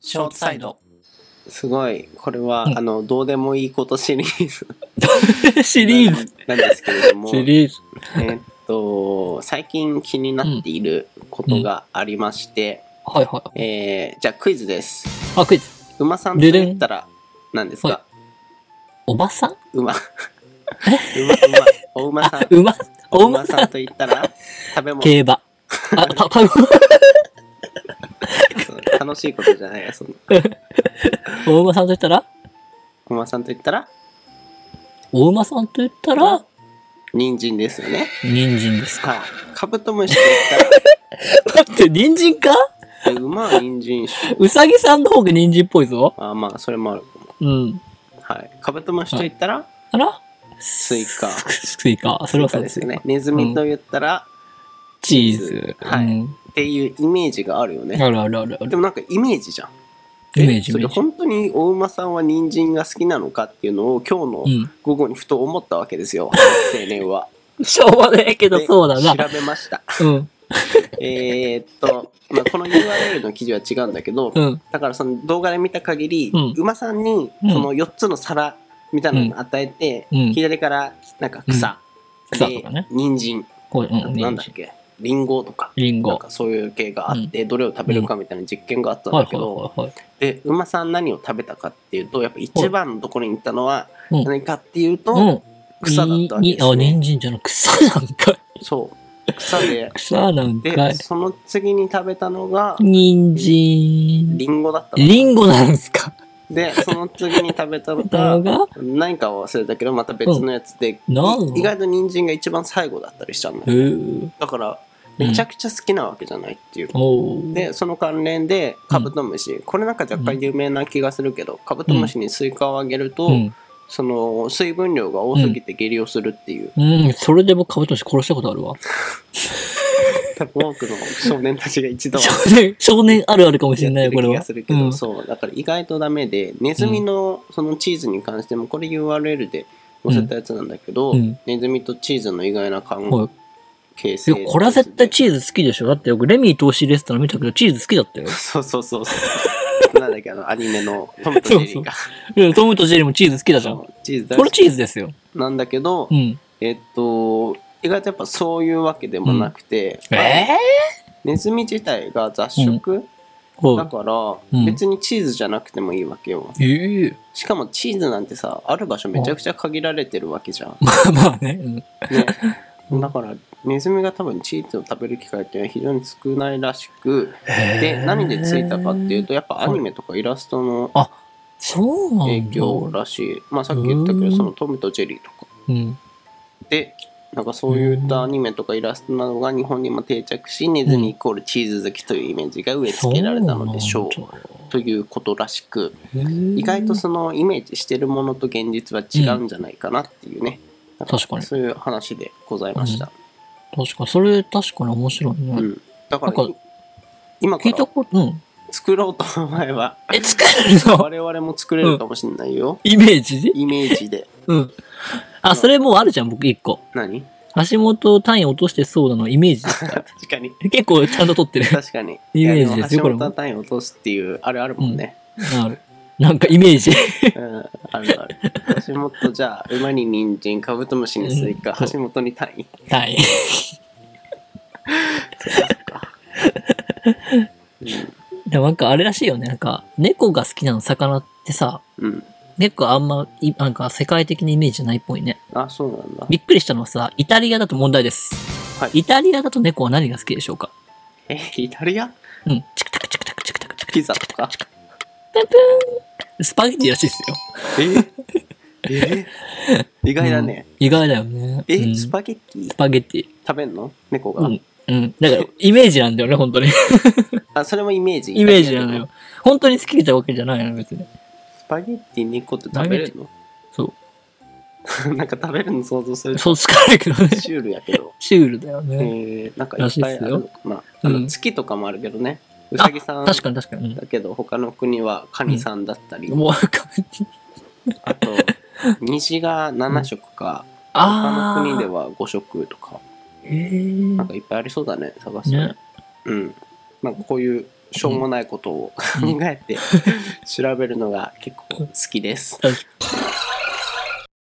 ショートサイド。すごい。これは、うんあの、どうでもいいことシリーズ シリーズ。なんですけれども、シえリーズ。ーっと、最近気になっていることがありまして、はいはえー、じゃあクイズです。い。あ、クイズ。馬さんと言ったら何ですかおばさん 馬。馬、馬、お馬さんあ、。馬、お馬馬ささんん。と言ったら食べ物競馬。あ、た、 た、そう楽しいことじゃないよそのお馬さんと言ったらお馬さんと言ったらお馬さんと言ったら、人参ですよね人参です。さあカブトムシと言っ 待って、人参かたら馬は人参種うさぎさんの方が人参っぽいぞ。あまあそれもあるかもうん。はいカブトムシと言ったらあらスイカスイカ。それはそそううでですすよよねね。ネズミと言ったら、チーズ。はいうんっていうイメージがあるよねあるあるあるあでる。もなんかイメージじゃんイメーえそジイメれージ。本当にお馬さんは人参が好きなのかっていうのを今う日のん。午後にふと思ったわけ ですよ、青年はしょうがないけど、でそうだな。調べましたうん。えーっ と、まあ、この URL の記事は違うんだけど、うん。だからその動画で見た限り、うん馬さんにうんその4つの皿みたいなのを与えて、うん左からなんか草、うんで草とかね人参、こう、うあとん。なんだっけリンゴとかリンなんゴ。かそういう系があって、どれを食べるかみたいな実験があったんはだいけど、はいはいはい。で馬さん何を食べたかっていうとやっぱ一番のところに行ったのはうん何かっていうと、うん。草だったわけにでにあ、す、ね、人参じゃなく草なんか い。そう草で草なんで、かい。その次に食べたのが人参。リンゴだったのリンゴなんすかで、その次に食べたの豚が、が何かは忘れたけど、また別のやつで、うんなんだい意外と人参が一番最後だったりしたのう。ー。だから、うんめちゃくちゃ好きなわけじゃないっていう。おー。で、その関連で、カブトムシ、これなんか若干有名な気がするけど、カブトムシにスイカをあげると、うん。その、水分量が多すぎて下痢をするっていう、うん、それで僕カブトムシ殺したことあるわ。多分多くの少年たちが 一度は少年、少年あるあるかもしれなやっいよ、てこれる気はが。するけうど、ん。そうだから意外とダメでネズミのそのチーズに関してもこれ URL で載せたやつなんだけど、うんネズミとチーズの意外な関はい係い性や、これは絶対ーチーズ好きでしょ。だってよくレミー投資レストラン見たけど、チーズ好きだったよ。ズそうそうそうそうなんだっけあのアニメのトムとジェリーかうんトムとジェリーもチーズ好きだじゃん。こそうチーズ大好れきチーズですよ。なんだけど、うん。えっと意外とやっぱそういうわけでもなくて、えネズミ自体が雑食、ぇ、ー、だはからうん別にチーズじゃなくてもいいわけよい。ええしかもチーズなんてさある場所めちゃくちゃ限られてるわけじゃんまあ まあね。うんね、うんだからネズミが多分チーズを食べる機会っていうのは非常に少ないらしくへでー何でついたかっていうとやっぱアニメとかイラストのそうなんだ。影響らしい、まあ、さっき言ったけうどんそのトムとジェリーとかうん。でなんかそういったアニメとかイラストなどが日本にも定着しネズミイコールチーズ好きというイメージが植え付けられたのでしょそううなんだということらしくへー意外とそのイメージしてるものと現実は違うんじゃないかなっていうね、なん確かにそういう話でございました、確かに、それ確かに面白いね。うん、だからなんか今か聞いたらこと、うん。作ろうと思えばえ、作るの我々も作れるかもしれないよ、イメージでイメージでうん。あ、それもうあるじゃん、僕一個。何 橋本単位落としてそうなのイメー ジです。確かに結構ちゃんと撮ってる。確かにイメージですいやでもよこれ橋も本単位落とすっていうあれあるもんね、ある。なんかイメージ。うん、あるある橋本じゃあ馬に人参カブトムシにスイカ、うん橋本に単位単位。でもなんかあれらしいよね。なんか、猫が好きなの魚ってさ、うん、うん、結構あんまい、なんか世界的なイメージじゃないっぽいね。あそうなんだびっくりしたのはさ、イタリアだと問題です。はいイタリアだと猫は何が好きでしょうかえイタリアうん。チクタクチクタクチクタクチクタクピザと かスパゲティらしいですよ。ええ意外だね、意外だよね。え、うんスパゲッティスパゲティ。食べんの猫が、うん。うん。だから、イメージなんだよね、本当に。あそれもイメージイメージなのよ。本当に好きだわけじゃないのよ、別に。スパゲッティ猫って食べれるのそ なんか食べるの想像するう。とそうつかないけどね。シュールやけ ど、シュールだよえね。ー、なんかいっぱいあるのかな、あうんの月とかもあるけどねうさぎさん確かに確かに。だけど他の国はカニさんだったり、うんもう、かあ と西が7色か、あ他ー。の国では5色とかへーなんかいっぱいありそうだね探すとねねうんなんかこういうしょうも ないことを考えて調べるのが結構好きです。確